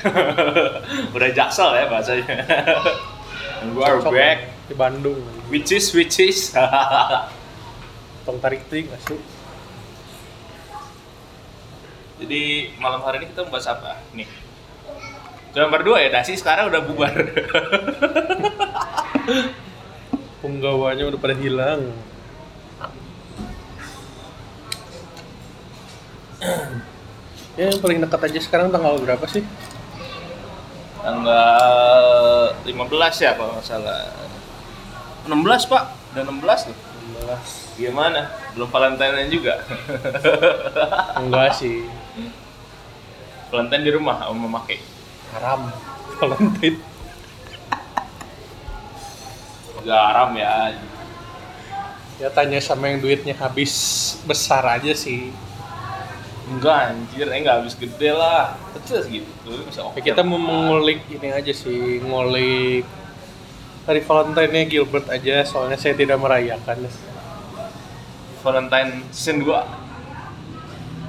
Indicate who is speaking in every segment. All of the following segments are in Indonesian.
Speaker 1: udah jaksel ya bahasanya And we are
Speaker 2: Cocok ya.
Speaker 1: back
Speaker 2: di Bandung
Speaker 1: which is which is
Speaker 2: tong tarik ting asli
Speaker 1: jadi malam hari ini kita membahas apa nih Cuma berdua ya, Dasi sekarang udah bubar.
Speaker 2: penggawanya udah pada hilang ya yang paling dekat aja sekarang tanggal berapa sih
Speaker 1: Tanggal 15 ya kalau nggak salah. 16 pak, udah 16 tuh.
Speaker 2: 16
Speaker 1: Gimana? Belum Valentine juga.
Speaker 2: enggak sih
Speaker 1: Valentine di rumah, om memakai.
Speaker 2: haram Valentine
Speaker 1: Garam ya.
Speaker 2: ya tanya sama yang duitnya habis besar aja sih
Speaker 1: Enggak anjir, eh enggak habis gede lah. Kecil segitu. Dulu bisa oke.
Speaker 2: Ya, kita mau mengulik ini aja sih ngulik dari Valentine-nya Gilbert aja soalnya saya tidak merayakan
Speaker 1: Valentine season 2.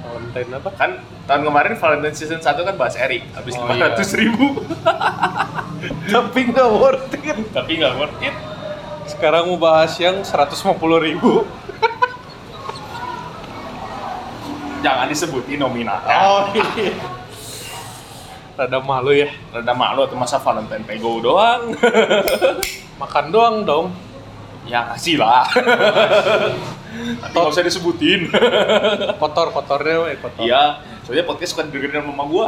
Speaker 2: Valentine apa
Speaker 1: Kan tahun kemarin Valentine season 1 kan bahas Eric. Habis
Speaker 2: Oh,
Speaker 1: 500 ribu.
Speaker 2: tapi nggak worth it
Speaker 1: Tapi enggak worth it.
Speaker 2: sekarang mau bahas yang 150 ribu
Speaker 1: Jangan disebutin nominalnya.
Speaker 2: oh iya rada malu ya
Speaker 1: Rada malu atau masa Valentine Pego doang.
Speaker 2: makan doang dong
Speaker 1: ya kasih lah. Tapi nggak usah disebutin.
Speaker 2: kotor kotornya weh eh, kotor
Speaker 1: Iya, soalnya podcast suka dengerin sama mama gua.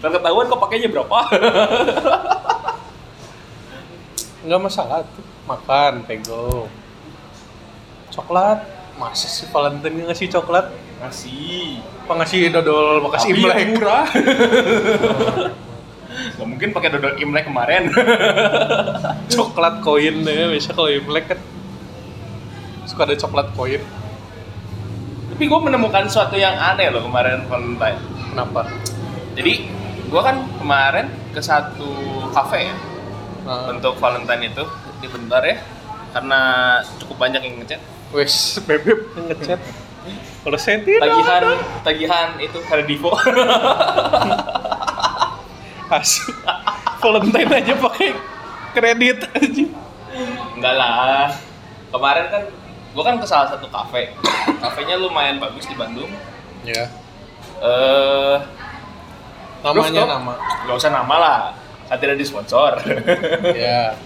Speaker 1: Ntar ketahuan kok pakainya berapa?
Speaker 2: nggak masalah tuh makan pego coklat masa sih Valentine ngasih coklat
Speaker 1: Masih.
Speaker 2: apa ngasih dodol bekas
Speaker 1: Tapi yang
Speaker 2: imlek
Speaker 1: murah. Gak mungkin pakai dodol Imlek kemarin.
Speaker 2: coklat koin ya biasa kalau imlek kan suka ada coklat koin
Speaker 1: Tapi gua menemukan sesuatu yang aneh loh kemarin Valentine.
Speaker 2: kenapa
Speaker 1: Jadi, gua kan kemarin ke satu kafe ya.
Speaker 2: nah,
Speaker 1: Untuk Valentine itu, ini bentar ya. Karena cukup banyak yang ngechat.
Speaker 2: wes bebek ngechat kalau saya tidak
Speaker 1: Tagihan, tagihan itu Herdivo.
Speaker 2: Asik. Valentine aja pakai kredit aja.
Speaker 1: Enggak lah. Kemarin kan gua kan ke salah satu kafe. Kafenya lumayan bagus di Bandung.
Speaker 2: Ya.
Speaker 1: Eh,
Speaker 2: Namanya
Speaker 1: Rooftop.
Speaker 2: nama.
Speaker 1: nggak usah nama lah. Kan tidak disponsor.
Speaker 2: Ya.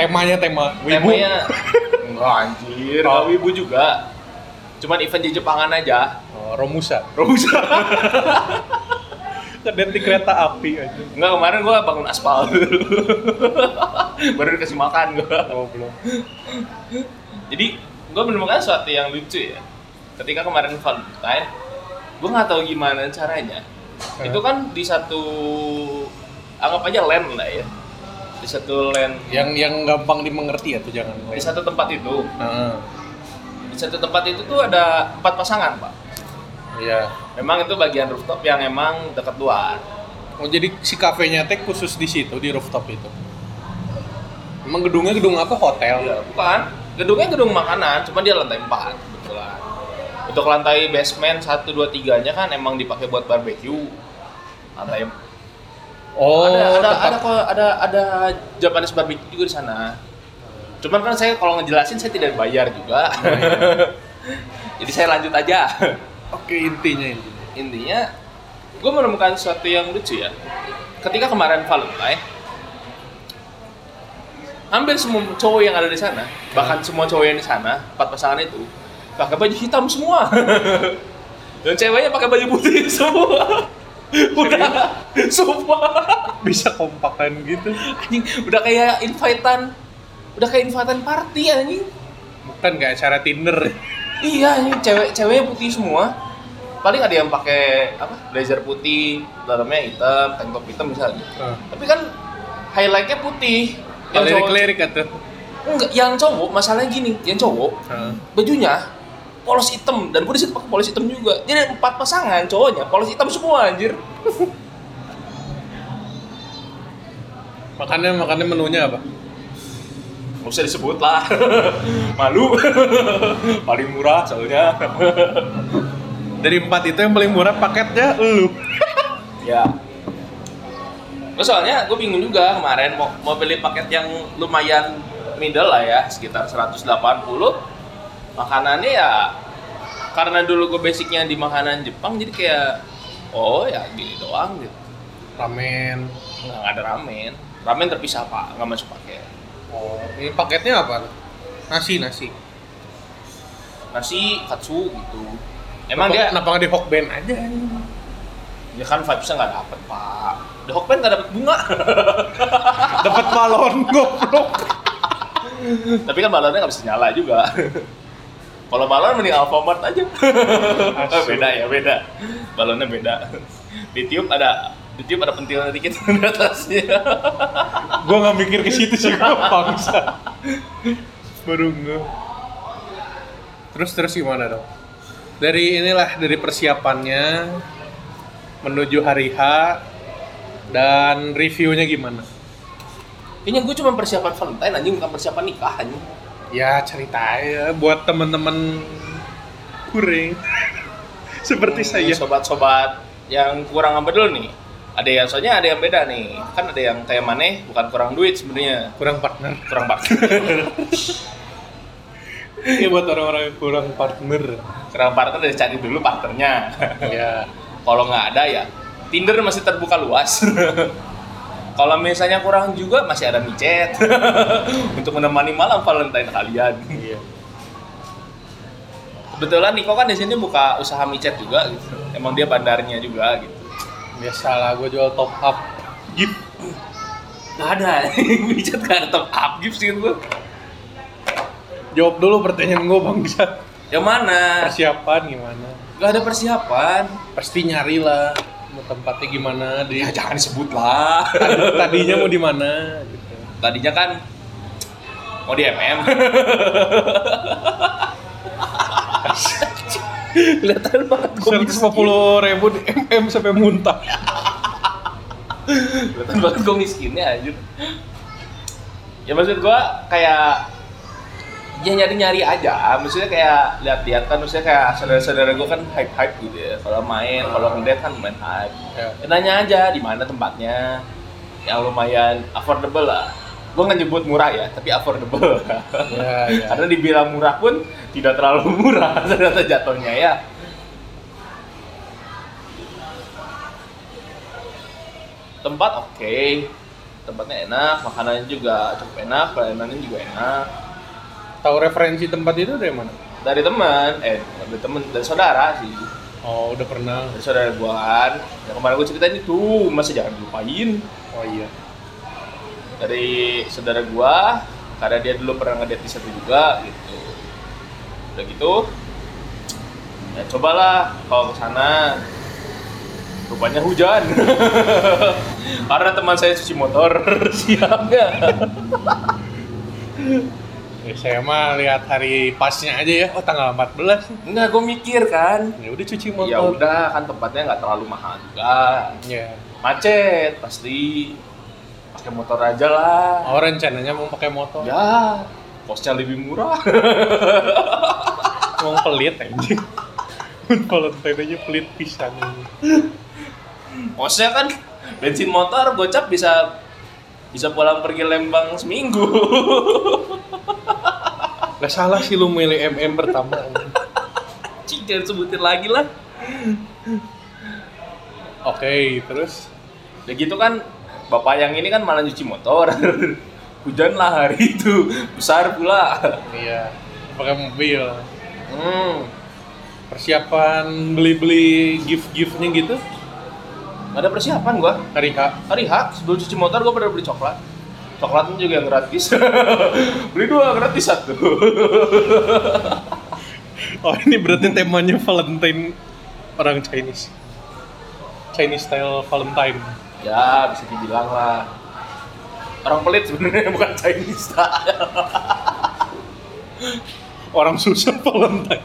Speaker 2: Temanya tema.
Speaker 1: Temanya enggak anjir, enggak wibu juga. Cuman event di Jepangan aja.
Speaker 2: Oh, Romusa.
Speaker 1: Rusak.
Speaker 2: Kedent di kereta api aja.
Speaker 1: Enggak kemarin gua bangun aspal. Baru dikasih makan gua.
Speaker 2: Goblok.
Speaker 1: Jadi gue menemukan sesuatu yang lucu ya. Ketika kemarin Valentine, gue nggak tahu gimana caranya.
Speaker 2: Hah?
Speaker 1: Itu kan di satu anggap aja land lah ya. Di satu land,
Speaker 2: Yang yang gampang dimengerti ya tuh jangan.
Speaker 1: di satu tempat itu,
Speaker 2: Nah,
Speaker 1: di satu tempat itu tuh ada empat pasangan pak.
Speaker 2: iya.
Speaker 1: Memang itu bagian rooftop yang emang dekat luar.
Speaker 2: Oh jadi si kafenya teh khusus di situ di rooftop itu. Emang gedungnya gedung apa? Hotel.
Speaker 1: Iya, bukan. Gedungnya gedung makanan, cuma dia lantai 4 kebetulan. Untuk lantai basement 1, 2, 3-nya kan emang dipakai buat barbecue. Lantai
Speaker 2: Oh,
Speaker 1: ada ada
Speaker 2: tempat-
Speaker 1: ada kok- ada ada Japanese barbecue juga di sana. Cuman kan saya kalau ngejelasin saya tidak bayar juga. Jadi saya lanjut aja.
Speaker 2: Oke, intinya intinya.
Speaker 1: Intinya gue menemukan sesuatu yang lucu ya. Ketika kemarin Valentine hampir semua cowok yang ada di sana, bahkan semua cowok yang di sana, empat pasangan itu pakai baju hitam semua. Dan ceweknya pakai baju putih semua. Udah, semua.
Speaker 2: Bisa kompakan gitu.
Speaker 1: anjing udah kayak invitean udah kayak invitean party anjing
Speaker 2: Bukan kayak acara Tinder.
Speaker 1: iya anjing cewek ceweknya putih semua paling ada yang pakai apa blazer putih dalamnya hitam tank top hitam misalnya
Speaker 2: Nah.
Speaker 1: tapi kan highlightnya putih yang
Speaker 2: Kalau
Speaker 1: cowok
Speaker 2: lirik atau?
Speaker 1: enggak yang cowok masalahnya gini yang cowok bajunya polos hitam dan gue disitu pakai polos hitam juga jadi ada empat pasangan cowoknya polos hitam semua anjir
Speaker 2: Makannya makannya menunya apa?
Speaker 1: nggak usah disebut lah malu paling murah soalnya
Speaker 2: Dari empat itu yang paling murah paketnya lu.
Speaker 1: Ya. Terus soalnya gue bingung juga kemarin mau, mau beli paket yang lumayan middle lah ya, sekitar 180. Makanannya ya karena dulu gue basicnya di makanan Jepang jadi kayak oh ya gini doang gitu.
Speaker 2: Ramen.
Speaker 1: Nggak nggak ada ramen. Ramen terpisah pak, nggak masuk paket.
Speaker 2: Oh, ini paketnya apa? Nasi, nasi.
Speaker 1: Nasi katsu gitu. Emang dia
Speaker 2: Kenapa- kenapa nggak di Hokben aja?
Speaker 1: ya kan vibes-nya nggak dapet pak. The Hokben nggak dapet bunga.
Speaker 2: Dapat balon goblok.
Speaker 1: Tapi kan balonnya nggak bisa nyala juga. Kalau balon mending Alfamart aja.
Speaker 2: Asu.
Speaker 1: beda ya, beda. Balonnya beda. Ditiup ada ditiup ada pentilnya dikit di atasnya.
Speaker 2: gua nggak mikir ke situ sih gua bangsa. Baru nge. Terus terus gimana dong? Dari inilah dari persiapannya menuju hari H dan reviewnya gimana?
Speaker 1: Kayaknya gue cuma persiapan Valentine anjing bukan persiapan nikah anjing.
Speaker 2: Ya ceritanya buat temen-temen kuring
Speaker 1: Hmm,
Speaker 2: seperti saya.
Speaker 1: Sobat-sobat yang kurang ambedul nih. Ada yang soalnya ada yang beda nih. Kan ada yang kayak maneh bukan kurang duit sebenarnya.
Speaker 2: kurang partner.
Speaker 1: Kurang partner.
Speaker 2: Ini Ya, buat orang-orang yang kurang partner.
Speaker 1: kurang partner dari cari dulu partnernya.
Speaker 2: ya.
Speaker 1: Kalau nggak ada ya Tinder masih terbuka luas. Kalau misalnya kurang juga masih ada micet untuk menemani malam Valentine kalian.
Speaker 2: Iya.
Speaker 1: Kebetulan Niko kan di sini buka usaha micet juga gitu. Emang dia bandarnya juga gitu.
Speaker 2: Biasalah gue jual top up. Gift.
Speaker 1: Gak ada micet gak ada top up gift sih gue.
Speaker 2: Jawab dulu pertanyaan gue bangsa.
Speaker 1: Yang mana?
Speaker 2: Persiapan gimana?
Speaker 1: Gak ada persiapan.
Speaker 2: Pasti nyari lah mau tempatnya gimana di
Speaker 1: Ya jangan disebut lah.
Speaker 2: tadinya mau di mana gitu.
Speaker 1: Tadinya kan mau di MM. Kelihatan banget gue
Speaker 2: 150 ribu di MM sampai muntah.
Speaker 1: Kelihatan banget gue miskinnya anjir Ya maksud gue kayak Ya nyari-nyari aja Maksudnya kayak lihat-lihat kan Maksudnya kayak saudara-saudara gue kan hype-hype gitu ya Kalau main, kalau ngeliat kan main hype
Speaker 2: Ah. Ya.
Speaker 1: ya, Nanya aja di mana tempatnya Yang lumayan affordable lah Gue nggak nyebut murah ya, tapi affordable
Speaker 2: Ya, ya.
Speaker 1: Karena dibilang murah pun tidak terlalu murah ternyata jatuhnya ya tempat oke tempatnya enak makanannya juga cukup enak pelayanannya juga enak
Speaker 2: Tahu referensi tempat itu dari mana?
Speaker 1: dari teman eh bukan dari teman dari saudara sih
Speaker 2: Oh, udah pernah.
Speaker 1: dari saudara gua kan yang kemarin gua ceritain itu masa jangan dilupain
Speaker 2: Oh iya.
Speaker 1: dari saudara gua karena dia dulu pernah ngedate di satu juga gitu udah gitu ya cobalah kalau ke sana rupanya hujan karena teman saya cuci motor siangnya
Speaker 2: Ya, saya mah lihat hari pasnya aja ya. Oh, tanggal 14. nih.
Speaker 1: enggak gue mikir kan
Speaker 2: Ya udah cuci motor.
Speaker 1: ya udah kan tempatnya nggak terlalu mahal juga
Speaker 2: Ya.
Speaker 1: macet pasti pakai motor aja lah
Speaker 2: Oh, rencananya mau pakai motor.
Speaker 1: ya kosnya lebih murah
Speaker 2: Emang pelit anjing. Valentine aja pelit pisan ini.
Speaker 1: Maksudnya kan bensin motor gocap bisa bisa pulang pergi Lembang seminggu.
Speaker 2: Gak salah sih lu milih MM pertama. anjing.
Speaker 1: Cik, jangan sebutin lagi lah.
Speaker 2: Oke, terus
Speaker 1: Ya gitu kan, bapak yang ini kan malah nyuci motor. Hujan lah hari itu, besar pula.
Speaker 2: iya pakai mobil.
Speaker 1: Hmm,
Speaker 2: Persiapan beli-beli gift-giftnya gitu
Speaker 1: nggak ada persiapan gua.
Speaker 2: hari H.
Speaker 1: Hari H, sebelum cuci motor gua pada beli coklat. Coklatnya juga yang gratis. beli dua gratis satu.
Speaker 2: Oh ini berarti temanya Valentine orang Chinese. Chinese style Valentine.
Speaker 1: ya bisa dibilang lah. Orang pelit sebenarnya bukan Chinese style.
Speaker 2: Orang susah Valentine.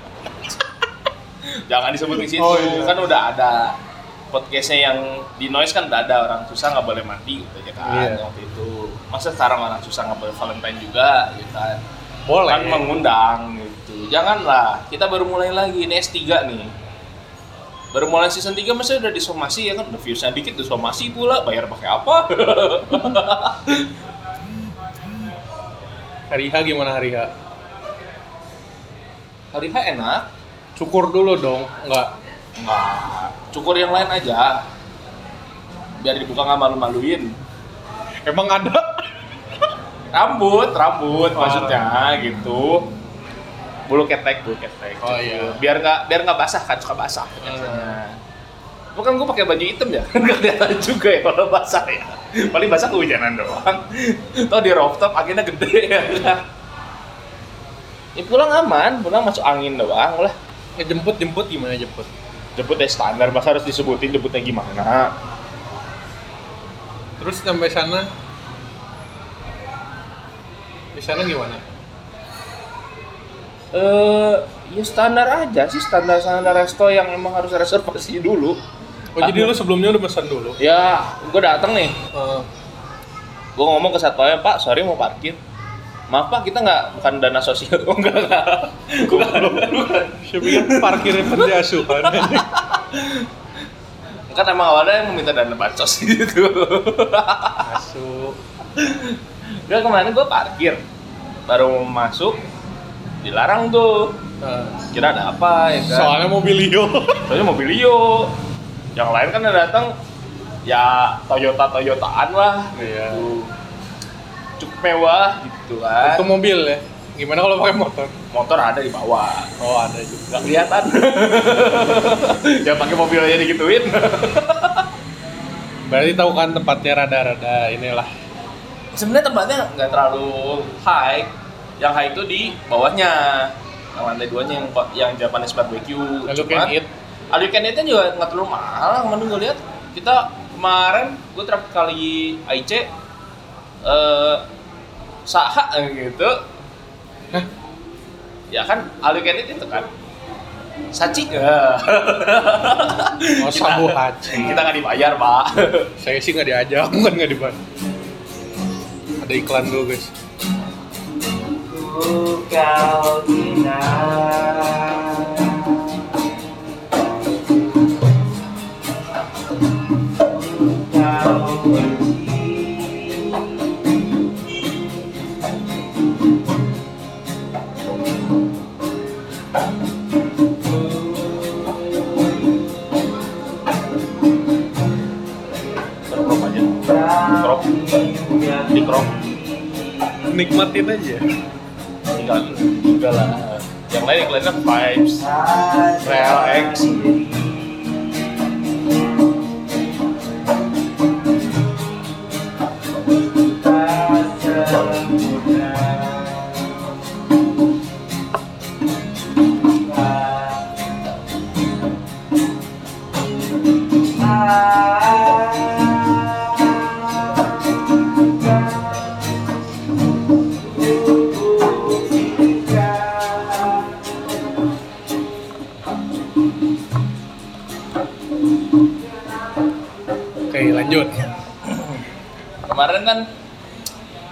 Speaker 1: jangan disebut di situ
Speaker 2: Oh, iya.
Speaker 1: kan udah ada podcastnya yang di noise kan udah ada orang susah nggak boleh mandi gitu ya kan
Speaker 2: Iya.
Speaker 1: waktu itu masa sekarang orang susah nggak boleh Valentine juga gitu kan
Speaker 2: Boleh.
Speaker 1: kan mengundang gitu janganlah kita baru mulai lagi ini S3 nih Baru mulai season 3 masa udah disomasi ya kan, udah viewsnya dikit udah somasi pula, bayar pakai apa?
Speaker 2: Hari H gimana hari H?
Speaker 1: Hari H enak,
Speaker 2: Cukur dulu dong, nggak
Speaker 1: Enggak. Cukur yang lain aja. Biar dibuka nggak malu-maluin.
Speaker 2: Emang ada?
Speaker 1: Rambut, rambut
Speaker 2: Oh.
Speaker 1: maksudnya gitu. Bulu ketek, bulu ketek. gitu.
Speaker 2: Oh, iya.
Speaker 1: Biar nggak biar nggak basah kan suka basah. biasanya. Bukan gue pakai baju hitam ya, nggak kelihatan juga ya kalau basah ya. Paling basah kehujanan doang. Tau di rooftop anginnya gede ya. kan? Ya pulang aman, pulang masuk angin doang lah.
Speaker 2: Jemput jemput Ya, gimana jemput?
Speaker 1: Jemputnya standar, masa harus disebutin jemputnya gimana?
Speaker 2: Terus sampai sana di sana gimana?
Speaker 1: eh ya standar aja sih standar standar resto yang emang harus reservasi dulu
Speaker 2: Oh jadi lu sebelumnya udah pesan dulu?
Speaker 1: ya gue datang nih
Speaker 2: Eh,
Speaker 1: gue ngomong ke satpamnya pak sorry mau parkir maaf pak kita nggak bukan dana sosial oh, enggak enggak Bukan, bukan.
Speaker 2: siapa yang parkirnya panti asuhan?
Speaker 1: kan emang awalnya yang meminta dana bansos gitu
Speaker 2: Masuk.
Speaker 1: udah kemarin gue parkir baru mau masuk dilarang tuh
Speaker 2: Eh,
Speaker 1: kira ada apa ya kan
Speaker 2: soalnya mobilio.
Speaker 1: soalnya mobilio yang lain kan yang datang ya Toyota Toyotaan lah
Speaker 2: Iya.
Speaker 1: gitu cukup mewah gitu kan
Speaker 2: Itu mobil ya. Gimana kalau pakai motor?
Speaker 1: motor ada di bawah
Speaker 2: Oh ada juga.
Speaker 1: nggak kelihatan ya pakai mobil aja digituin
Speaker 2: Berarti tahu kan tempatnya rada-rada inilah.
Speaker 1: sebenarnya tempatnya nggak terlalu high yang high itu di bawahnya yang lantai duanya yang yang Japanese barbecue
Speaker 2: Lalu can eat.
Speaker 1: all you can eat-nya juga nggak terlalu mahal kemarin gue lihat kita kemarin gue terakhir kali IC eh saha eh, gitu
Speaker 2: Hah?
Speaker 1: ya kan all you can eat itu kan saci kita
Speaker 2: Oh sabu haji.
Speaker 1: nggak dibayar pak
Speaker 2: Saya sih nggak diajak, bukan nggak dibayar. Ada iklan dulu guys.
Speaker 1: kau aja Crop. Di crop
Speaker 2: Nikmatin aja.
Speaker 1: tinggal tinggal lah yang lain yang lainnya vibes real x
Speaker 2: Oke lanjut.
Speaker 1: kemarin kan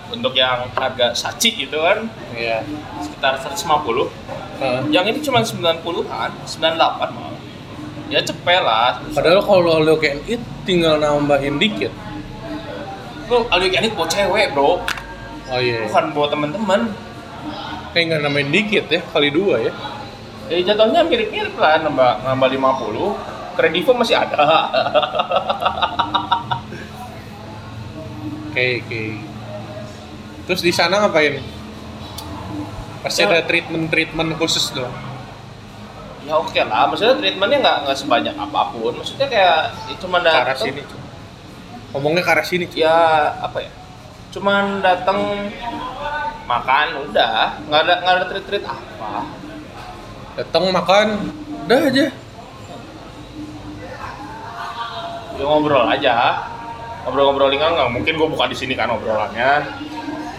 Speaker 1: untuk yang harga saci gitu kan
Speaker 2: Iya.
Speaker 1: sekitar 150
Speaker 2: Nah,
Speaker 1: yang ini cuma 90-an 98 malah ya cepet lah
Speaker 2: Padahal kalau lo can eat tinggal nambahin dikit.
Speaker 1: lu alu ini buat cewek bro
Speaker 2: Oh iya.
Speaker 1: bukan buat temen-temen
Speaker 2: Kayak nggak nambahin dikit ya kali dua ya.
Speaker 1: jadi Eh, jatuhnya mirip-mirip lah nambah nambah 50 kredivo masih ada
Speaker 2: Oke oke. Terus di sana ngapain? Pasti ada treatment treatment khusus dong.
Speaker 1: ya oke lah maksudnya treatmentnya nggak nggak sebanyak apapun maksudnya kayak ya cuma
Speaker 2: Karena
Speaker 1: datang
Speaker 2: sini. cuy. Ngomongnya karena sini. cuy.
Speaker 1: ya apa ya cuman datang makan udah nggak ada nggak ada treat treat apa
Speaker 2: Datang makan, udah aja.
Speaker 1: ya ngobrol aja ngobrol ngobrol ringan nggak mungkin gue buka di sini kan obrolannya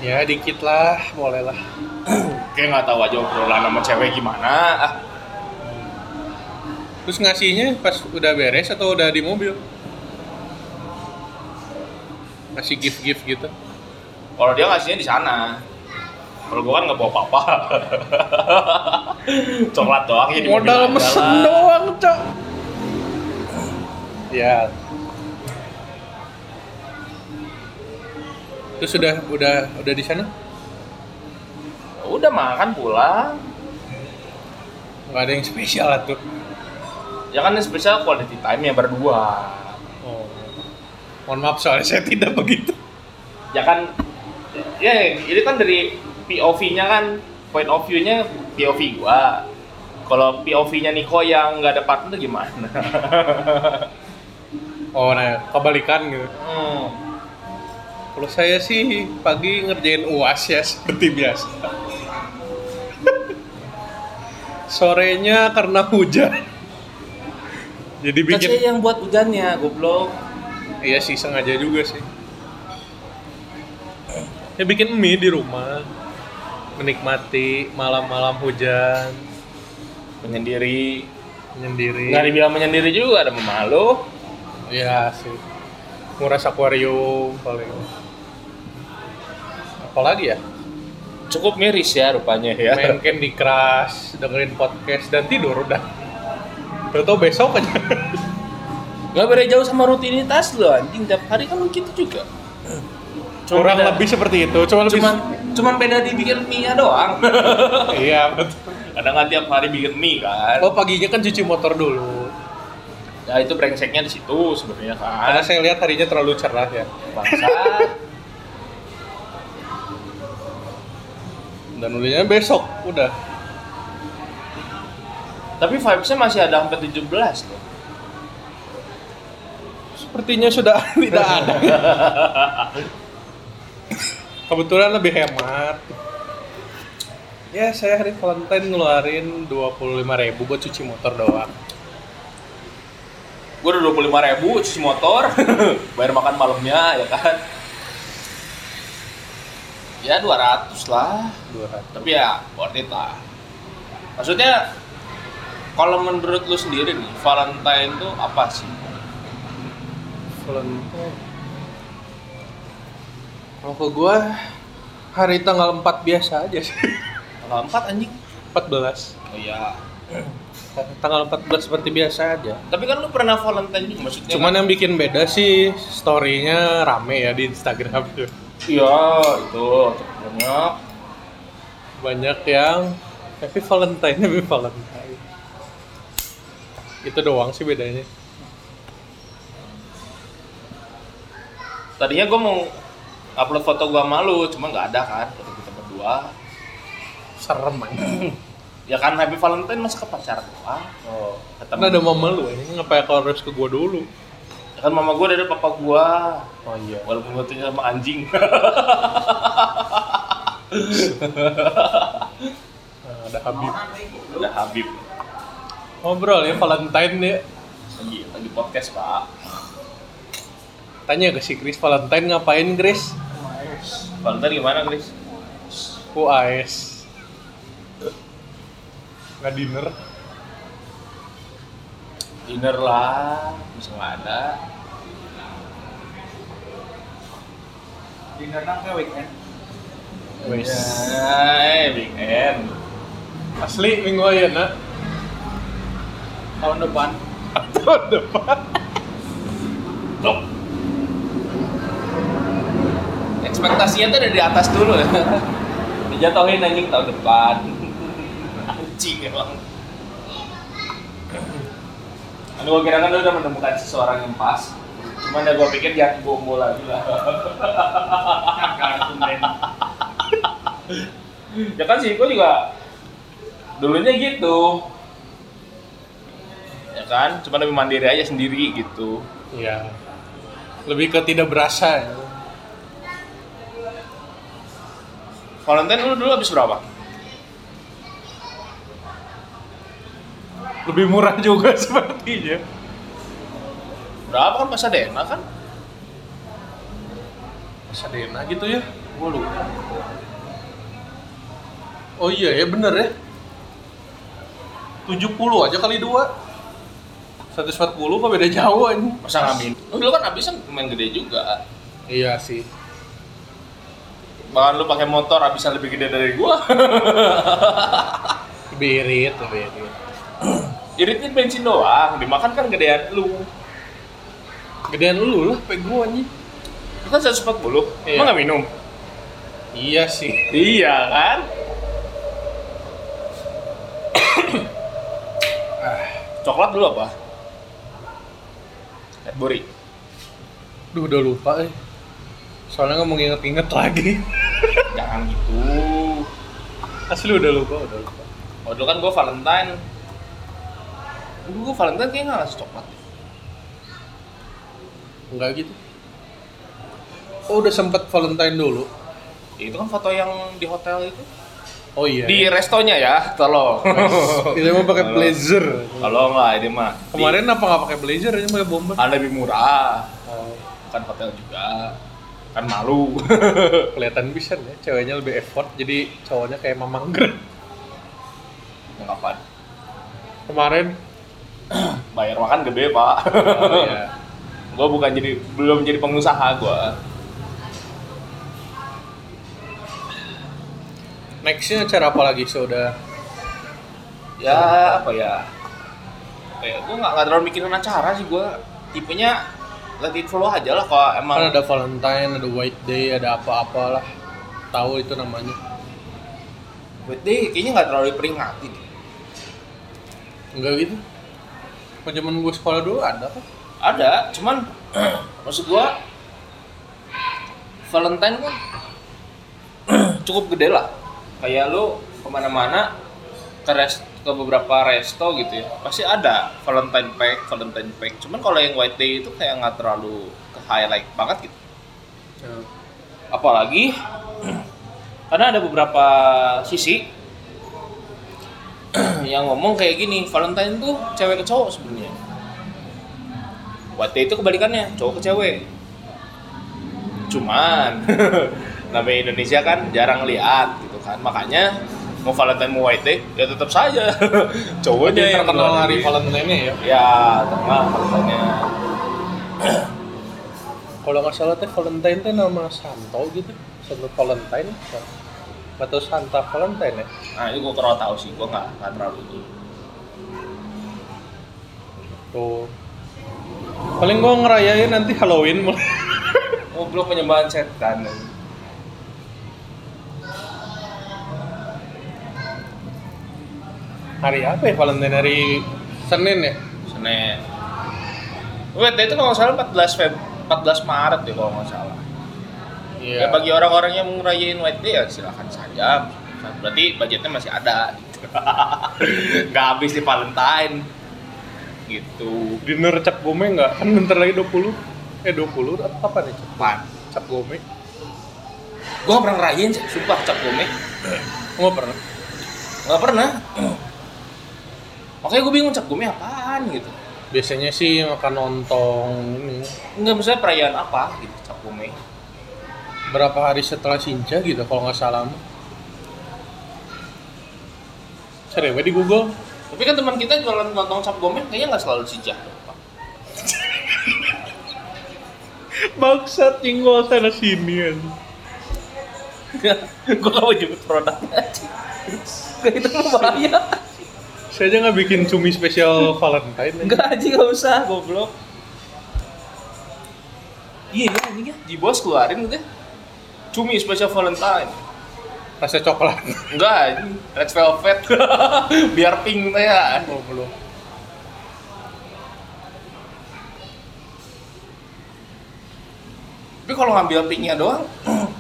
Speaker 2: Ya dikit lah, boleh lah.
Speaker 1: kayak nggak tahu aja obrolan sama cewek gimana ah
Speaker 2: Terus ngasihnya pas udah beres atau udah di mobil? Ngasih gift-gift gitu.
Speaker 1: kalau dia ngasihnya di sana kalau gue kan nggak bawa apa-apa coklat doang ya di mobil
Speaker 2: Modal
Speaker 1: aja
Speaker 2: mesen
Speaker 1: lah.
Speaker 2: doang, Cok. Ya. Terus sudah udah udah di sana?
Speaker 1: Udah makan pulang.
Speaker 2: Nggak ada yang spesial lah tuh.
Speaker 1: Ya kan yang spesial quality time yang berdua.
Speaker 2: Oh. Mohon maaf soalnya saya tidak begitu.
Speaker 1: Ya kan ya ini kan dari POV-nya kan point of view-nya POV gua. Kalau POV-nya Niko yang nggak ada partner gimana?
Speaker 2: Oh, nah kebalikan gitu.
Speaker 1: Hmm.
Speaker 2: Kalau saya sih pagi ngerjain UAS ya seperti biasa. Sorenya karena hujan. Jadi
Speaker 1: Kan
Speaker 2: bikin
Speaker 1: saya yang buat hujannya, goblok.
Speaker 2: Iya sih sengaja juga sih. Ya bikin mie di rumah, menikmati malam-malam hujan
Speaker 1: Menyendiri.
Speaker 2: menyendiri.
Speaker 1: Nggak dibilang menyendiri juga, ada memalu.
Speaker 2: Iya sih. Nguras akuarium paling. Apalagi ya?
Speaker 1: Cukup miris ya rupanya ya.
Speaker 2: Main Candy Crush, dengerin podcast dan tidur udah. Tahu besok aja.
Speaker 1: Nggak beda jauh sama rutinitas lo anjing tiap hari kan gitu juga.
Speaker 2: Kurang
Speaker 1: beda-
Speaker 2: lebih seperti itu, cuma lebih
Speaker 1: cuman cuman beda dibikin mie doang.
Speaker 2: Iya, betul.
Speaker 1: Kadang kan tiap hari bikin mie kan.
Speaker 2: Oh, paginya kan cuci motor dulu.
Speaker 1: Ya itu brengseknya di situ sebenarnya
Speaker 2: Karena
Speaker 1: kan.
Speaker 2: saya lihat harinya terlalu cerah ya.
Speaker 1: Bangsat.
Speaker 2: Dan ulinya besok udah.
Speaker 1: Tapi vibes-nya masih ada sampai 17 tuh.
Speaker 2: Sepertinya sudah tidak ada. Kebetulan lebih hemat. Ya, saya hari Valentine ngeluarin 25.000 buat cuci motor doang.
Speaker 1: Gue udah 25 ribu, cuci motor, bayar makan malamnya ya kan. Ya 200 lah,
Speaker 2: 200.
Speaker 1: tapi ya worth it lah. Maksudnya, kalau menurut lu sendiri nih, Valentine tuh apa sih?
Speaker 2: Valentine. Kalau ke gua hari tanggal 4 biasa aja sih.
Speaker 1: Tanggal 4 anjing?
Speaker 2: 14.
Speaker 1: Oh iya.
Speaker 2: Tanggal 14 seperti biasa aja.
Speaker 1: Tapi kan lu pernah Valentine juga maksudnya. kan?
Speaker 2: Cuman yang bikin beda sih story-nya rame ya di Instagram tuh.
Speaker 1: Iya, itu. Banyak.
Speaker 2: banyak yang happy Valentine happy Valentine itu doang sih bedanya
Speaker 1: Tadinya gue mau upload foto gue sama lu, cuma nggak ada kan foto kita berdua.
Speaker 2: serem aja
Speaker 1: Ya kan Happy Valentine masa ke pacar doang.
Speaker 2: oh
Speaker 1: Ketemu.
Speaker 2: karena ada mama lu ini ngapain kalau harus ke gua dulu
Speaker 1: Ya kan mama gue dari papa gue.
Speaker 2: oh iya
Speaker 1: Walaupun fotonya sama anjing.
Speaker 2: Eh, ada Habib
Speaker 1: Udah Habib.
Speaker 2: ngobrol ya Valentine ya
Speaker 1: Lagi, lagi podcast pak.
Speaker 2: tanya ke si Chris Valentine ngapain Chris
Speaker 1: Valentine gimana Chris?
Speaker 2: UAS nggak dinner
Speaker 1: Dinner lah, bisa nggak ada.
Speaker 3: Dinner nang ke weekend.
Speaker 2: Wes.
Speaker 1: Ya, Hai, Big N.
Speaker 2: asli minggu aja nak
Speaker 3: Tahun depan.
Speaker 2: tahun depan
Speaker 1: Loh. Ekspektasinya tuh ada di atas dulu ya. Dijatuhin anjing tahun depan. Anjing emang. Aduh, gua kira kan lu udah menemukan seseorang yang pas. Cuman ya gua pikir jangan gombol lagi lah. ya kan sih, gua juga dulunya gitu. Ya kan, cuma lebih mandiri aja sendiri gitu.
Speaker 2: Iya. lebih ke tidak berasa ya.
Speaker 1: Valentine lu dulu habis berapa?
Speaker 2: lebih murah juga sepertinya
Speaker 1: Berapa kan Pasadena kan?
Speaker 2: Pasadena gitu ya
Speaker 1: Gue lupa.
Speaker 2: oh iya ya bener ya 70 aja kali dua 140 apa beda jauh ini
Speaker 1: Masa ngamin? Lu dulu kan habisnya main gede juga.
Speaker 2: iya sih
Speaker 1: Bahkan lu pakai motor habisnya lebih gede dari gua.
Speaker 2: lebih irit lebih irit
Speaker 1: Iritnya bensin doang, dimakan kan gedean lu.
Speaker 2: Gedean lu lah, pe gua anjing.
Speaker 1: Lu kan 140.
Speaker 2: Iya.
Speaker 1: Emang nggak minum?
Speaker 2: Iya sih.
Speaker 1: Iya kan? Ah, Coklat dulu apa? Eh, Cadbury.
Speaker 2: Duh udah lupa eh. Soalnya nggak mau inget-inget lagi.
Speaker 1: Jangan gitu.
Speaker 2: Asli udah lupa, udah lupa.
Speaker 1: Oh, dulu kan gue Valentine. Dulu gue Valentine kayaknya nggak ngasih coklat. deh.
Speaker 2: Enggak gitu. Oh udah sempet Valentine dulu.
Speaker 1: Ya, itu kan foto yang di hotel itu.
Speaker 2: Oh iya.
Speaker 1: Di restonya ya, tolong.
Speaker 2: Itu emang pakai
Speaker 1: Halo.
Speaker 2: blazer.
Speaker 1: Tolong lah ini mah. Di-
Speaker 2: Kemarin apa nggak pakai blazer aja pakai bomber?
Speaker 1: ada lebih murah.
Speaker 2: Oh,
Speaker 1: Bukan hotel juga. Kan malu.
Speaker 2: kelihatan bisa ya, ceweknya lebih effort jadi cowoknya kayak mamang Greg.
Speaker 1: Yang kapan?
Speaker 2: Kemarin
Speaker 1: Bayar makan gede, Pak.
Speaker 2: oh, iya.
Speaker 1: gue bukan jadi belum jadi pengusaha gue
Speaker 2: Nextnya acara apa lagi sudah?
Speaker 1: ya apa ya kayak gue nggak nggak terlalu mikirin acara sih gue tipenya let it flow aja lah kalau emang
Speaker 2: Kan ada Valentine, ada White Day, ada apa-apalah. Tahu itu namanya.
Speaker 1: berarti kayaknya nggak terlalu diperingati deh.
Speaker 2: Enggak gitu. Pas zaman gue sekolah dulu ada kok.
Speaker 1: ada cuman maksud gue Valentine kan cukup gede lah kayak lu kemana-mana ke res- ke beberapa resto gitu ya pasti ada Valentine pack Valentine pack cuman kalau yang White Day itu kayak nggak terlalu ke highlight banget gitu
Speaker 2: Ya.
Speaker 1: apalagi karena ada beberapa sisi yang ngomong kayak gini Valentine tuh cewek ke cowok sebenarnya Wate itu kebalikannya cowok ke cewek cuman namanya Indonesia kan jarang lihat gitu kan makanya mau Valentine mau White Day ya tetap saja cowoknya yang
Speaker 2: terkenal
Speaker 1: keluar
Speaker 2: hari
Speaker 1: duit.
Speaker 2: Valentine ya.
Speaker 1: ya terkenal Valentine
Speaker 2: Kalau nggak salah teh Valentine teh nama Santo gitu. Santo Valentine. Atau Santa Valentine ya.
Speaker 1: nah itu gue kurang tahu sih gue nggak nggak terlalu itu
Speaker 2: Tuh. Paling gue ngerayain nanti Halloween mulai.
Speaker 1: Goblok penyembahan setan.
Speaker 2: Hari apa ya Valentine? Hari Senin ya?
Speaker 1: Senin. Wait, itu kalau nggak salah 14 Feb 14 Maret deh kalau nggak salah.
Speaker 2: Iya.
Speaker 1: Ya bagi orang-orang yang mau ngerayain White Day ya silakan saja. Berarti budgetnya masih ada. gitu. Nggak habis di Valentine. Gitu.
Speaker 2: Dinner cap gome nggak? Kan bentar lagi 20. Eh 20 atau apa nih cap?
Speaker 1: Pan.
Speaker 2: Cap gome?
Speaker 1: Gua nggak pernah ngerayain, sih, sumpah cap gome.
Speaker 2: Nggak pernah.
Speaker 1: Nggak pernah. Makanya gue bingung cap gome apaan gitu.
Speaker 2: Biasanya sih makan lontong ini.
Speaker 1: Nggak misalnya perayaan apa gitu cap gome.
Speaker 2: Berapa hari setelah Sinca gitu kalau nggak salah. Cari di Google.
Speaker 1: Tapi kan teman kita jualan lontong cap gome kayaknya nggak selalu sijah. dong, Pak.
Speaker 2: Bangsat nyenggol sana sini
Speaker 1: gue gak mau nyebut produknya Gak itu mah bahaya
Speaker 2: Saya aja nggak bikin cumi spesial Valentine.
Speaker 1: Enggak aja gak usah goblok Iya ini anjingnya Di bos keluarin gitu ya. Cumi spesial Valentine
Speaker 2: Rasa coklat.
Speaker 1: Enggak anjing Red Velvet Biar pink teh ya
Speaker 2: Oh, belum.
Speaker 1: Tapi kalau ngambil pinknya doang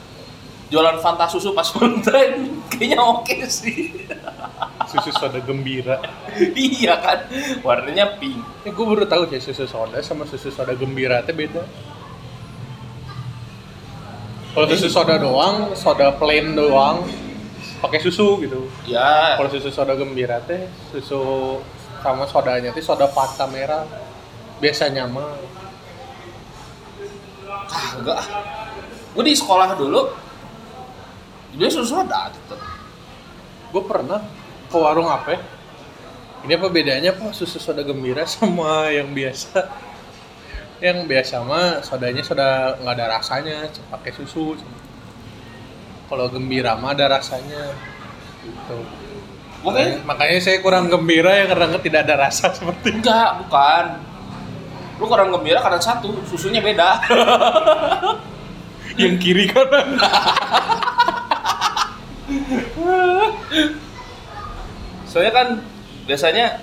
Speaker 1: Jualan Fanta susu pas Valentine Kayaknya oke sih
Speaker 2: Susu soda gembira.
Speaker 1: Iya kan Warnanya pink
Speaker 2: Eh, gue baru tahu sih susu soda sama susu soda gembira itu beda. Kalau susu soda doang, soda plain doang, pakai susu gitu.
Speaker 1: Ya
Speaker 2: Kalau susu soda gembira teh susu sama sodanya teh soda fanta merah. Biasanya mah
Speaker 1: Enggak. Gue ah. di sekolah dulu. Dia susu soda gitu. tetep.
Speaker 2: gue pernah ke warung apa ya? Ini apa bedanya pak susu soda gembira sama yang biasa? Yang biasa mah sodanya soda nggak ada rasanya, cuma pakai susu. Kalau gembira mah ada rasanya. Gitu.
Speaker 1: Gue
Speaker 2: Iya.
Speaker 1: kayaknya
Speaker 2: ya, Makanya saya kurang gembira yang karena tidak ada rasa seperti
Speaker 1: enggak, bukan. Lu koran gembira kanan satu, susunya beda.
Speaker 2: yang kiri kanan
Speaker 1: Soalnya kan biasanya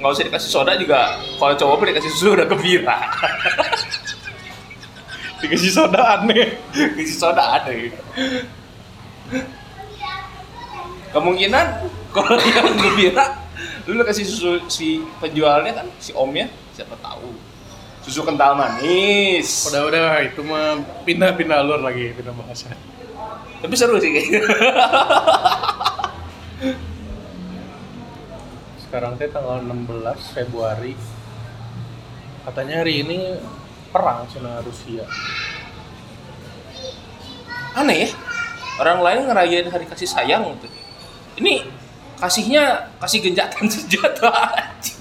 Speaker 1: nggak usah dikasih soda juga. Kalau cowok pun dikasih susu udah gembira.
Speaker 2: dikasih soda aneh
Speaker 1: Dikasih soda ada gitu. Kemungkinan kalau yang gembira lu kasih susu si penjualnya kan si omnya siapa tahu susu kental manis
Speaker 2: udah udah itu mah pindah pindah alur lagi pindah bahasa
Speaker 1: tapi seru sih kayaknya
Speaker 2: sekarang teh tanggal 16 Februari katanya hari ini perang Cina Rusia
Speaker 1: aneh ya orang lain ngerayain hari kasih sayang gitu ini kasihnya kasih genjatan senjata anjing.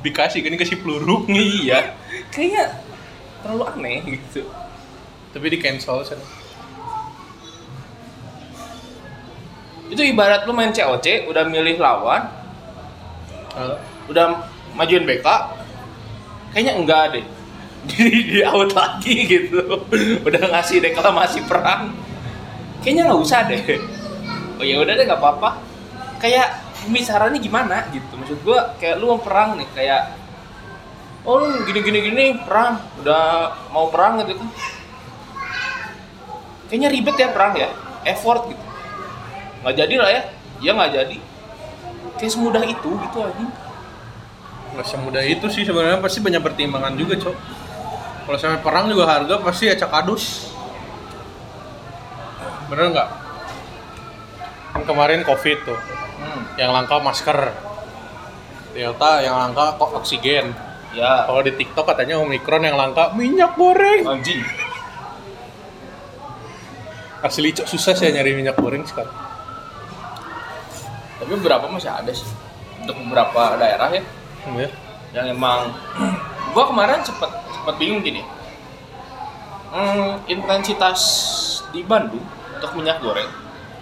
Speaker 2: dikasih gini kasih peluru
Speaker 1: iya kayaknya terlalu aneh gitu
Speaker 2: tapi di cancel Cina
Speaker 1: itu ibarat lu main COC udah milih lawan udah majuin BK kayaknya enggak deh jadi di out lagi gitu udah ngasih deklamasi perang kayaknya nggak usah deh oh ya udah deh nggak apa-apa kayak pembicaranya gimana gitu maksud gua kayak lu mau perang nih kayak oh lu gini gini gini perang udah mau perang gitu kan kayaknya ribet ya perang ya effort gitu nggak jadi lah ya ya nggak jadi kayak semudah itu gitu anjing
Speaker 2: nggak semudah itu sih sebenarnya pasti banyak pertimbangan juga cok kalau sampai perang juga harga pasti acak adus bener nggak kan kemarin covid tuh
Speaker 1: hmm.
Speaker 2: yang langka masker delta yang langka kok oksigen
Speaker 1: ya
Speaker 2: kalau di tiktok katanya omikron yang langka minyak goreng
Speaker 1: anjing
Speaker 2: asli cok susah sih nyari minyak goreng sekarang
Speaker 1: tapi beberapa masih ada sih untuk beberapa daerah ya
Speaker 2: Hmm, ya.
Speaker 1: yang emang gua kemarin cepet cepet bingung gini hmm, intensitas di Bandung untuk minyak goreng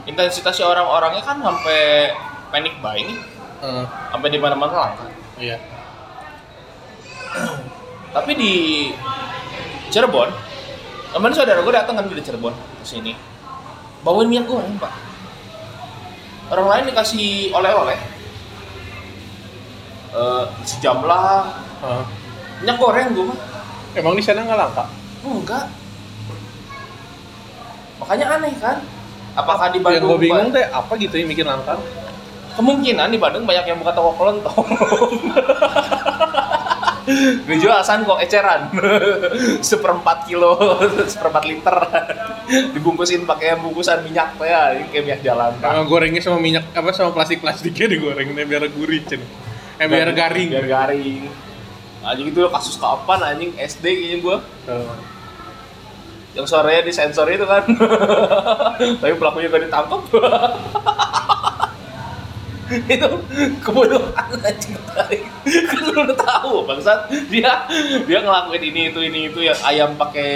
Speaker 1: intensitasnya orang-orangnya kan sampai panic buying
Speaker 2: Eh,
Speaker 1: sampai di mana-mana langka
Speaker 2: iya
Speaker 1: tapi di Cirebon teman saudara gue datang kan dari Cirebon ke sini bawain minyak goreng pak orang lain dikasih oleh-oleh Eh, sejam lah
Speaker 2: Eh,
Speaker 1: minyak goreng gue mah
Speaker 2: emang di sana nggak langka
Speaker 1: enggak makanya aneh kan apakah di
Speaker 2: yang
Speaker 1: Bandung
Speaker 2: gue bingung teh apa gitu yang bikin langka
Speaker 1: kemungkinan di Bandung banyak yang buka toko kelontong dijual kok eceran seperempat kilo seperempat liter dibungkusin pakai bungkusan minyak teh ya ini kayak minyak jalan
Speaker 2: Sama gorengnya sama minyak apa sama plastik-plastiknya digoreng deh biar gurih cen. Eh biar garing.
Speaker 1: biar garing anjing itu kasus kapan anjing SD kayaknya gua
Speaker 2: Tuh.
Speaker 1: yang suaranya disensor itu kan tapi pelakunya gak ditangkap itu kebodohan anjing tarik kan lu udah tahu bangsat dia dia ngelakuin ini itu ini itu ya ayam pakai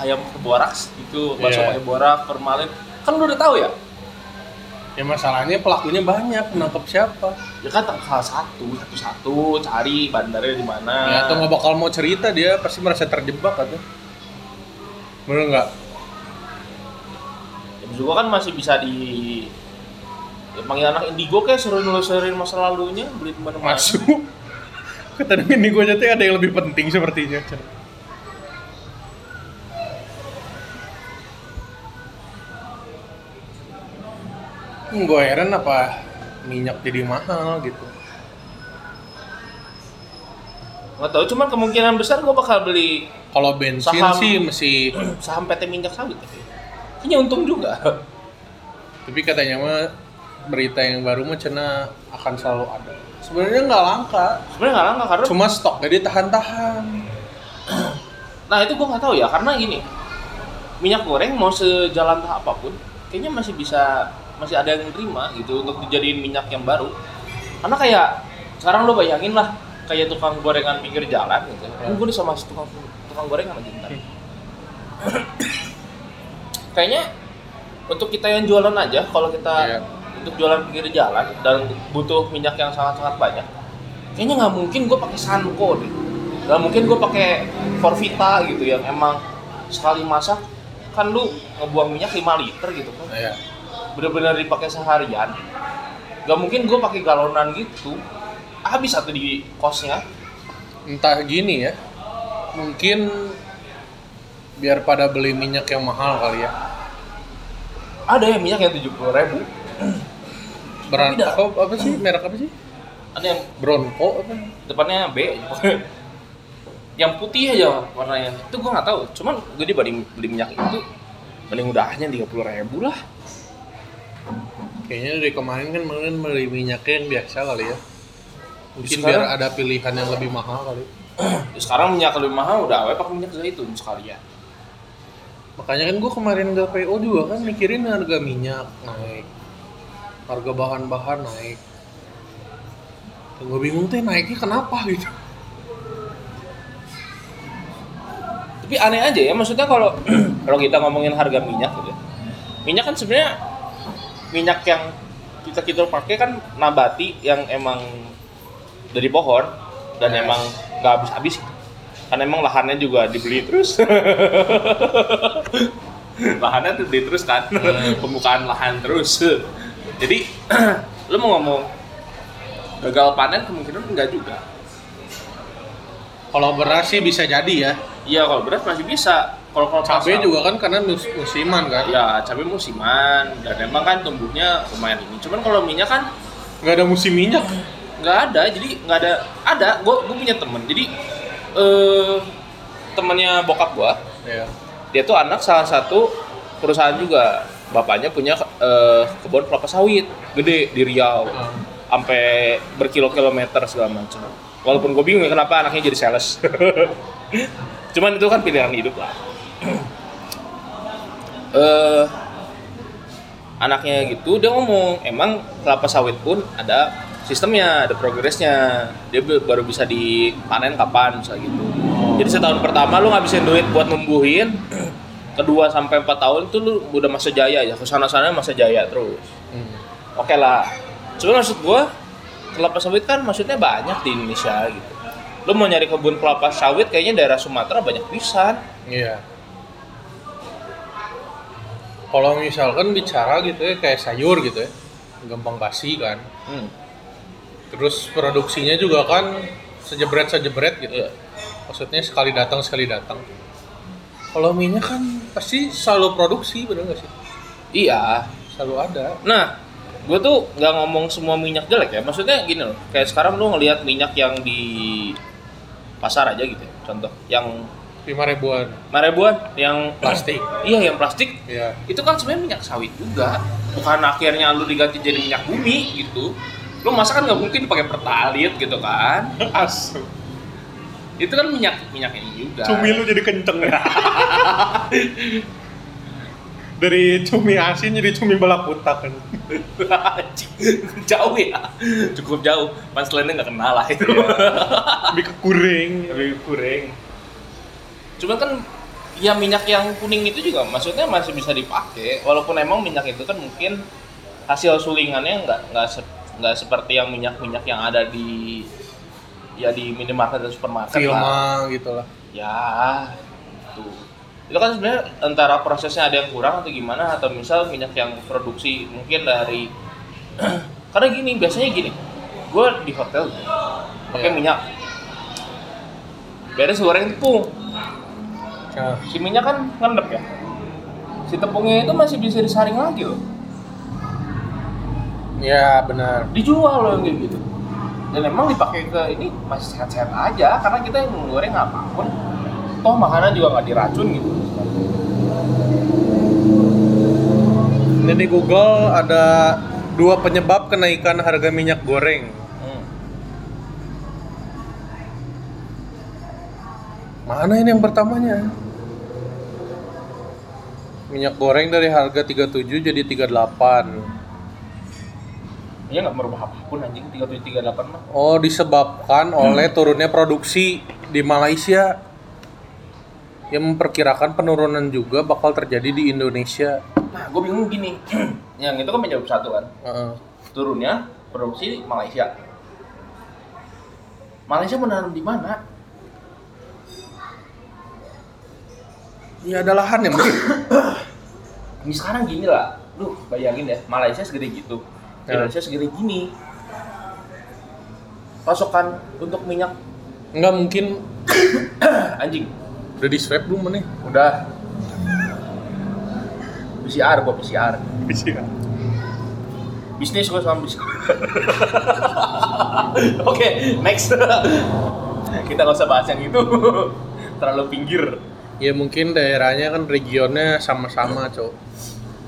Speaker 1: ayam pakai boraks gitu bakso
Speaker 2: Iya.
Speaker 1: pakai borak formalin kan lu udah tahu ya
Speaker 2: Ya masalahnya pelakunya banyak, menangkap siapa?
Speaker 1: ya kan tanggal satu satu satu cari bandarnya di mana
Speaker 2: Ya atau nggak bakal mau cerita dia pasti merasa terjebak atau Bener nggak?
Speaker 1: ya, maksud gua kan masih bisa di ya, panggil anak indigo kayak suruh nelusurin masa lalunya beli di mana
Speaker 2: Masuk. Ketemu ini gue teh ada yang lebih penting sepertinya. Cen. Hmm, Gue heran apa minyak jadi mahal gitu.
Speaker 1: Nggak tahu, cuman kemungkinan besar gue bakal beli
Speaker 2: Kalau bensin
Speaker 1: Saham.
Speaker 2: sih masih,
Speaker 1: saham PT Minyak Sawit. tapi Kayaknya untung juga.
Speaker 2: tapi katanya mah berita yang baru mah cina akan selalu ada. Sebenarnya nggak langka,
Speaker 1: Sebenarnya nggak langka karena,
Speaker 2: cuma stok jadi tahan-tahan.
Speaker 1: nah itu gue nggak tahu ya karena gini minyak goreng mau sejalan tahap apapun, kayaknya masih bisa masih ada yang terima gitu untuk dijadiin minyak yang baru. Karena kayak sekarang lo bayangin lah kayak tukang gorengan pinggir jalan gitu.
Speaker 2: Ya. Hmm.
Speaker 1: Gue sama si tukang tukang gorengan lagi ntar. kayaknya untuk kita yang jualan aja kalau kita
Speaker 2: Iya.
Speaker 1: untuk jualan pinggir jalan dan butuh minyak yang sangat sangat banyak kayaknya nggak mungkin gue pakai Sanko deh Nah mungkin gue pakai Forvita gitu yang emang sekali masak kan lu ngebuang minyak 5 liter gitu kan.
Speaker 2: Iya.
Speaker 1: Bener-bener dipakai seharian. Gak mungkin gue pakai galonan gitu. Habis satu di kosnya.
Speaker 2: Entah gini ya. Mungkin biar pada beli minyak yang mahal kali ya.
Speaker 1: Ada yang minyak yang 70 ribu.
Speaker 2: Brand
Speaker 1: Tapi dah.
Speaker 2: apa, apa sih? Merek apa sih?
Speaker 1: Ada yang
Speaker 2: Bronco apa?
Speaker 1: depannya B. yang putih aja warnanya. Itu gue nggak tahu. Cuman gue dibanding beli minyak itu paling mudahnya 30 ribu lah.
Speaker 2: Kayaknya dari kemarin kan mungkin beli minyaknya yang biasa kali ya. Mungkin
Speaker 1: Sekarang-
Speaker 2: biar ada pilihan yang lebih mahal kali.
Speaker 1: Ya, Sekarang minyak lebih mahal udah awet pakai minyak zaitun sekalian.
Speaker 2: Makanya kan gue kemarin gak PO juga kan mikirin harga minyak naik, harga bahan-bahan naik. Yang gue bingung teh naiknya kenapa gitu.
Speaker 1: tapi aneh aja ya maksudnya kalau kalau kita ngomongin harga minyak gitu ya. minyak kan sebenarnya minyak yang kita kita pakai kan nabati yang emang dari pohon dan
Speaker 2: Yes.
Speaker 1: emang nggak habis habis kan emang lahannya juga dibeli terus lahannya tuh dibeli terus kan
Speaker 2: Hmm.
Speaker 1: pembukaan lahan terus jadi lu mau ngomong gagal panen kemungkinan enggak juga
Speaker 2: Kalau beras sih bisa jadi ya.
Speaker 1: iya kalau beras masih bisa kalau kalau
Speaker 2: Cabai
Speaker 1: pasar-
Speaker 2: juga kan karena mus- musiman kan.
Speaker 1: Ya, cabai musiman dan emang kan tumbuhnya lumayan ini. Cuman kalau minyak kan
Speaker 2: Gak ada musim minyak.
Speaker 1: nggak ada, jadi nggak ada. Ada, gue punya temen. Jadi eh temannya bokap gue,
Speaker 2: Ya.
Speaker 1: dia tuh anak salah satu perusahaan juga. Bapaknya punya eh, kebun kelapa sawit gede di Riau,
Speaker 2: Ah.
Speaker 1: sampai berkilo-kilometer segala macam. Walaupun gue bingung ya kenapa anaknya jadi sales. Cuman itu kan pilihan hidup lah. eh anaknya gitu dia ngomong emang kelapa sawit pun ada sistemnya ada progresnya dia be- baru bisa dipanen kapan misalnya gitu jadi setahun pertama lu ngabisin duit buat numbuhin kedua sampai empat tahun itu lu udah masa jaya ya kesana sana masa jaya terus
Speaker 2: Hmm.
Speaker 1: oke lah cuma maksud gua kelapa sawit kan maksudnya banyak di Indonesia gitu lu mau nyari kebun kelapa sawit kayaknya daerah Sumatera banyak pisan
Speaker 2: Iya. Kalau misalkan bicara gitu ya kayak sayur gitu ya, gampang basi kan.
Speaker 1: hmm.
Speaker 2: Terus produksinya juga kan sejebret sejebret gitu.
Speaker 1: iya.
Speaker 2: Maksudnya sekali datang sekali datang. Kalau minyak kan pasti selalu produksi bener nggak sih?
Speaker 1: iya
Speaker 2: Selalu ada.
Speaker 1: Nah, gue tuh nggak ngomong semua minyak jelek ya. Maksudnya gini loh, kayak sekarang lu ngelihat minyak yang di pasar aja gitu ya, contoh. Yang
Speaker 2: Lima ribuan
Speaker 1: marebuan, yang
Speaker 2: plastik.
Speaker 1: iya yang plastik,
Speaker 2: Iya.
Speaker 1: itu kan sebenarnya minyak sawit juga. Bukan akhirnya lu diganti jadi minyak bumi gitu. Lu masa kan nggak mungkin pakai pertalit gitu kan?
Speaker 2: Asu.
Speaker 1: Itu kan minyak minyak ini juga.
Speaker 2: lu jadi kenceng ya. Dari cumi asin jadi cumi balap utak kan.
Speaker 1: jauh ya, cukup jauh. Panselannya nggak kenal lah itu.
Speaker 2: Lebih kekuring. Lebih kuring.
Speaker 1: Cuman kan ya minyak yang kuning itu juga maksudnya masih bisa dipakai walaupun emang minyak itu kan mungkin hasil sulingannya nggak nggak se- nggak seperti yang minyak-minyak yang ada di ya di minimarket dan supermarket lah.
Speaker 2: Filma gitu lah.
Speaker 1: Ya. Tuh. Itu kan sebenarnya antara prosesnya ada yang kurang atau gimana atau misal minyak yang produksi mungkin dari karena gini biasanya gini. Gue di hotel pakai
Speaker 2: Iya.
Speaker 1: minyak. Beres goreng tepung
Speaker 2: Nah,
Speaker 1: si minyak kan ngendep ya si tepungnya itu masih bisa disaring lagi loh
Speaker 2: ya benar.
Speaker 1: dijual loh yang kayak gitu dan emang dipakai ke ini masih sehat-sehat aja karena kita yang menggoreng apapun toh makanan juga nggak diracun gitu
Speaker 2: Ini di Google ada dua penyebab kenaikan harga minyak goreng.
Speaker 1: hmm.
Speaker 2: Mana ini yang pertamanya? Minyak goreng dari harga 37 jadi 38.
Speaker 1: dia nggak merubah apapun anjing 3738 mah
Speaker 2: Oh, disebabkan oleh turunnya produksi di Malaysia. Yang memperkirakan penurunan juga bakal terjadi di Indonesia.
Speaker 1: nah gue bingung gini yang itu kan penyebab satu kan
Speaker 2: Heeh.
Speaker 1: turunnya produksi Malaysia Malaysia menanam di mana
Speaker 2: ya ada lahan yang mungkin
Speaker 1: Ini sekarang gini lah, lu bayangin ya, Malaysia segede gitu,
Speaker 2: Ya.
Speaker 1: Indonesia segede gini. Pasokan untuk minyak
Speaker 2: nggak mungkin
Speaker 1: anjing,
Speaker 2: udah di swab belum nih
Speaker 1: udah PCR gua PCR. Bisnis gua sama bisnis. Oke, next. Kita nggak usah bahas yang itu. Terlalu pinggir.
Speaker 2: ya mungkin daerahnya kan regionnya sama-sama cowok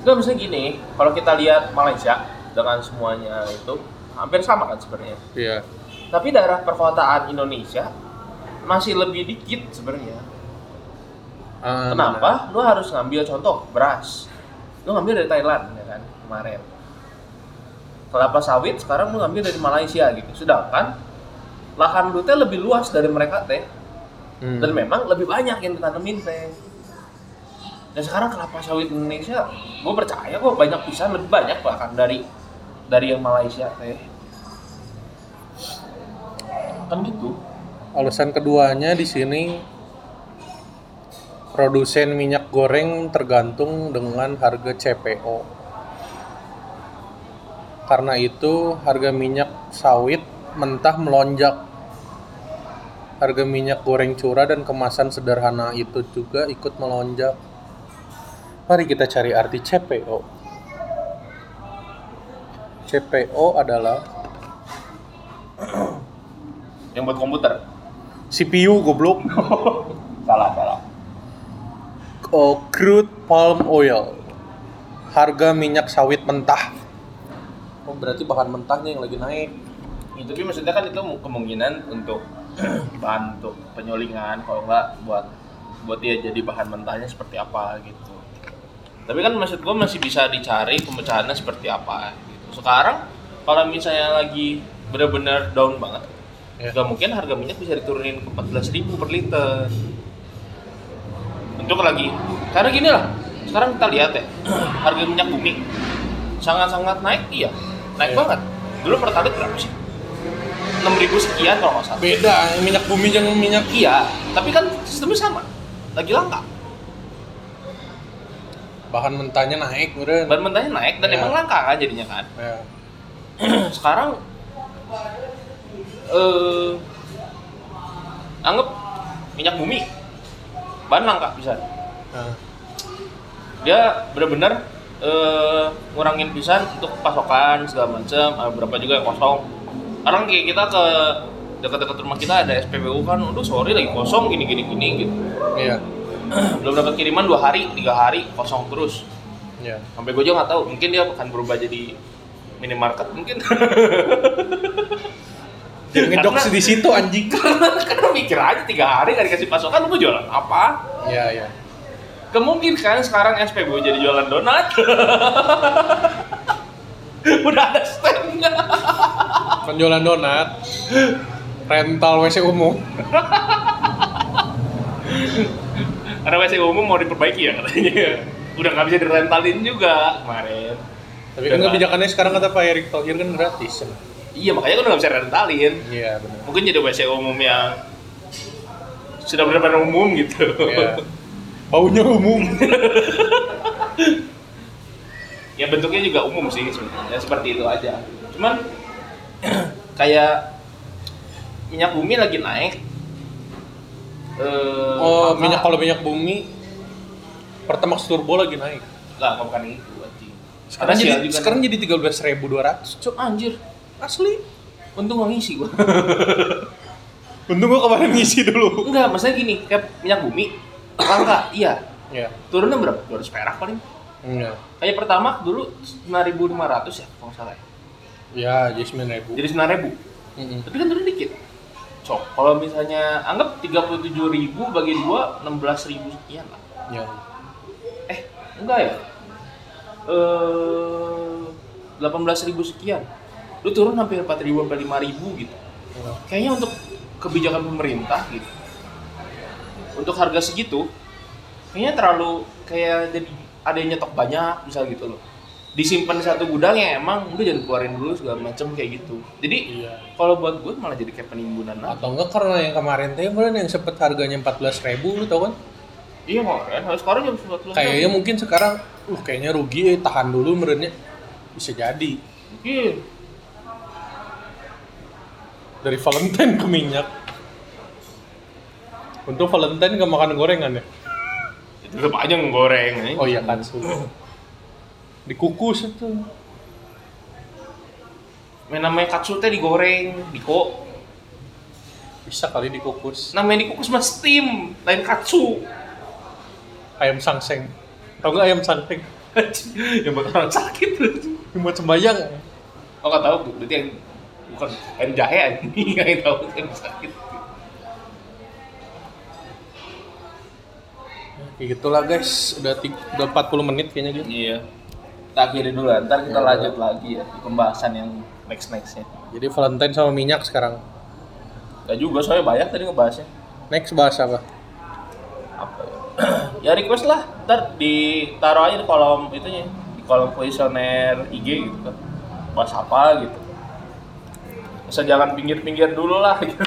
Speaker 1: Enggak, maksudnya gini, kalau kita lihat Malaysia dengan semuanya itu hampir sama kan sebenarnya.
Speaker 2: iya
Speaker 1: Tapi daerah perkotaan Indonesia masih lebih dikit sebenarnya.
Speaker 2: Ah,
Speaker 1: Kenapa? Lu harus ngambil contoh beras. Lu ngambil dari Thailand ya kan kemarin. Kelapa sawit sekarang lu ngambil dari Malaysia gitu. Sedangkan lahan lu teh lebih luas dari mereka teh
Speaker 2: hmm.
Speaker 1: dan memang lebih banyak yang ditanemin teh. Dan sekarang kelapa sawit Indonesia, gue percaya kok banyak pisan lebih banyak bahkan dari dari yang Malaysia teh. Kan gitu.
Speaker 2: alasan keduanya di sini produsen minyak goreng tergantung dengan harga CPO. Karena itu harga minyak sawit mentah melonjak. Harga minyak goreng curah dan kemasan sederhana itu juga ikut melonjak. Mari kita cari arti CPO. CPO adalah
Speaker 1: Yang buat komputer.
Speaker 2: CPU goblok.
Speaker 1: Salah, salah.
Speaker 2: Oh, crude palm oil. Harga minyak sawit mentah. Oh, berarti bahan mentahnya yang lagi naik.
Speaker 1: Itu tapi maksudnya kan itu kemungkinan untuk bahan untuk penyolingan kalau nggak buat buat dia jadi bahan mentahnya seperti apa gitu. Tapi kan maksud gue masih bisa dicari pemecahannya seperti apa gitu. Sekarang kalau misalnya lagi benar-benar down banget,
Speaker 2: Ya.
Speaker 1: nggak mungkin harga minyak bisa diturunin ke 14.000 per liter. Untuk lagi, karena gini lah, sekarang kita lihat ya, harga minyak bumi sangat-sangat naik iya, naik
Speaker 2: Iya.
Speaker 1: banget. Dulu per talit berapa sih? 6.000 sekian kalau nggak salah.
Speaker 2: Beda minyak bumi yang minyak
Speaker 1: Iya, tapi kan sistemnya sama. Lagi langka.
Speaker 2: bahan mentahnya naik, beren.
Speaker 1: Bahan mentahnya naik dan
Speaker 2: Iya.
Speaker 1: emang langka kan jadinya kan.
Speaker 2: Ya.
Speaker 1: Sekarang eh anggap minyak bumi bahan langka bisa.
Speaker 2: Nah,
Speaker 1: Dia benar-benar eh ngurangin pisan untuk pasokan segala macam, ada berapa juga yang kosong. Sekarang kayak kita ke dekat-dekat rumah kita ada SPBU kan, aduh sorry lagi kosong gini gini gini gitu.
Speaker 2: Iya.
Speaker 1: Belum dapat kiriman dua hari, tiga hari kosong terus.
Speaker 2: Iya.
Speaker 1: sampai gue juga nggak tahu mungkin dia akan berubah jadi minimarket mungkin
Speaker 2: Jangan ngejokes di situ anjing.
Speaker 1: karena karena Kan mikir aja tiga hari nggak dikasih pasokan lu mau jualan apa
Speaker 2: Iya, iya.
Speaker 1: kemungkinan sekarang SPBU jadi jualan donat udah ada standnya
Speaker 2: Penjualan donat, rental WC umum.
Speaker 1: karena WC umum mau diperbaiki ya katanya udah nggak bisa direntalin juga kemarin
Speaker 2: Tapi kan kebijakannya sekarang kata Pak Erick Thohir kan gratis.
Speaker 1: iya makanya udah nggak bisa rentalin
Speaker 2: Iya, benar.
Speaker 1: mungkin jadi WC umum yang sudah benar-benar umum gitu
Speaker 2: Iya. Baunya umum.
Speaker 1: ya bentuknya juga umum sih sebenarnya seperti itu aja cuman kayak minyak bumi lagi naik eh
Speaker 2: Oh,
Speaker 1: maka-
Speaker 2: minyak kalau minyak bumi Pertamax turbo lagi naik.
Speaker 1: nggak nggak bukan itu anjing
Speaker 2: Sekarang
Speaker 1: Ada
Speaker 2: jadi
Speaker 1: sial juga
Speaker 2: sekarang
Speaker 1: nih.
Speaker 2: jadi 13.200.
Speaker 1: Cuk, anjir
Speaker 2: Asli.
Speaker 1: untung gak ngisi gua
Speaker 2: Untung gua kemarin ngisi dulu.
Speaker 1: enggak maksudnya gini kayak minyak bumi langka iya
Speaker 2: Iya.
Speaker 1: turunnya berapa 200 perak paling
Speaker 2: Iya.
Speaker 1: kayak pertama dulu 9500 ya kalau nggak salah ya.
Speaker 2: Ya, jadi 9.000.
Speaker 1: jadi 9000
Speaker 2: Mm-mm.
Speaker 1: tapi kan turun dikit so kalau misalnya anggap 37.000 bagi 2 16.000 sekian lah
Speaker 2: Iya.
Speaker 1: eh enggak ya eh 18.000 sekian lu turun hampir 4.000 sampai 5.000 gitu
Speaker 2: Iya.
Speaker 1: kayaknya untuk kebijakan pemerintah gitu untuk harga segitu kayaknya terlalu kayak jadi ada yang nyetok banyak misal gitu loh disimpan di satu gudang yang emang udah jangan keluarin dulu segala macem kayak gitu jadi
Speaker 2: Iya.
Speaker 1: kalau buat gue malah jadi kayak penimbunan aja.
Speaker 2: Atau enggak karena yang kemarin teh bulan yang sempet harganya 14.000 lu tau kan?
Speaker 1: Iya ngoren, harus koren jam 11
Speaker 2: Kayaknya mungkin sekarang, uh kayaknya rugi eh, tahan dulu merennya. Bisa jadi
Speaker 1: mungkin.
Speaker 2: dari Valentine ke minyak. Untuk Valentine nggak makan gorengan ya?
Speaker 4: Itu tetap aja ngegoreng. eh.
Speaker 2: Oh iya kan sudah. Dikukus itu.
Speaker 1: Main namanya katsu teh digoreng, diko.
Speaker 2: Bisa kali dikukus.
Speaker 1: Namanya dikukus mah steam, lain katsu.
Speaker 2: Ayam sangseng. Tau nggak ayam sangseng?
Speaker 1: yang buat orang sakit.
Speaker 2: Ini buat sembayang.
Speaker 1: Oh nggak tahu, berarti yang bukan yang jahe anjing yang tahu yang sakit.
Speaker 2: Ya gitulah guys, udah ti- udah 40 menit kayaknya gitu.
Speaker 4: Iya. Kita akhiri dulu lah, ntar kita
Speaker 2: Iya.
Speaker 4: lanjut lagi ya di pembahasan yang next nextnya.
Speaker 2: Jadi Valentine sama minyak sekarang.
Speaker 4: Gak juga soalnya banyak tadi ngebahasnya.
Speaker 2: Next bahas apa?
Speaker 4: Apa ya?
Speaker 1: Ya request lah, ntar ditaruh aja di kolom itunya, di kolom kuesioner IG gitu kan. Bahas apa gitu. Bisa jangan pinggir-pinggir dulu lah gitu.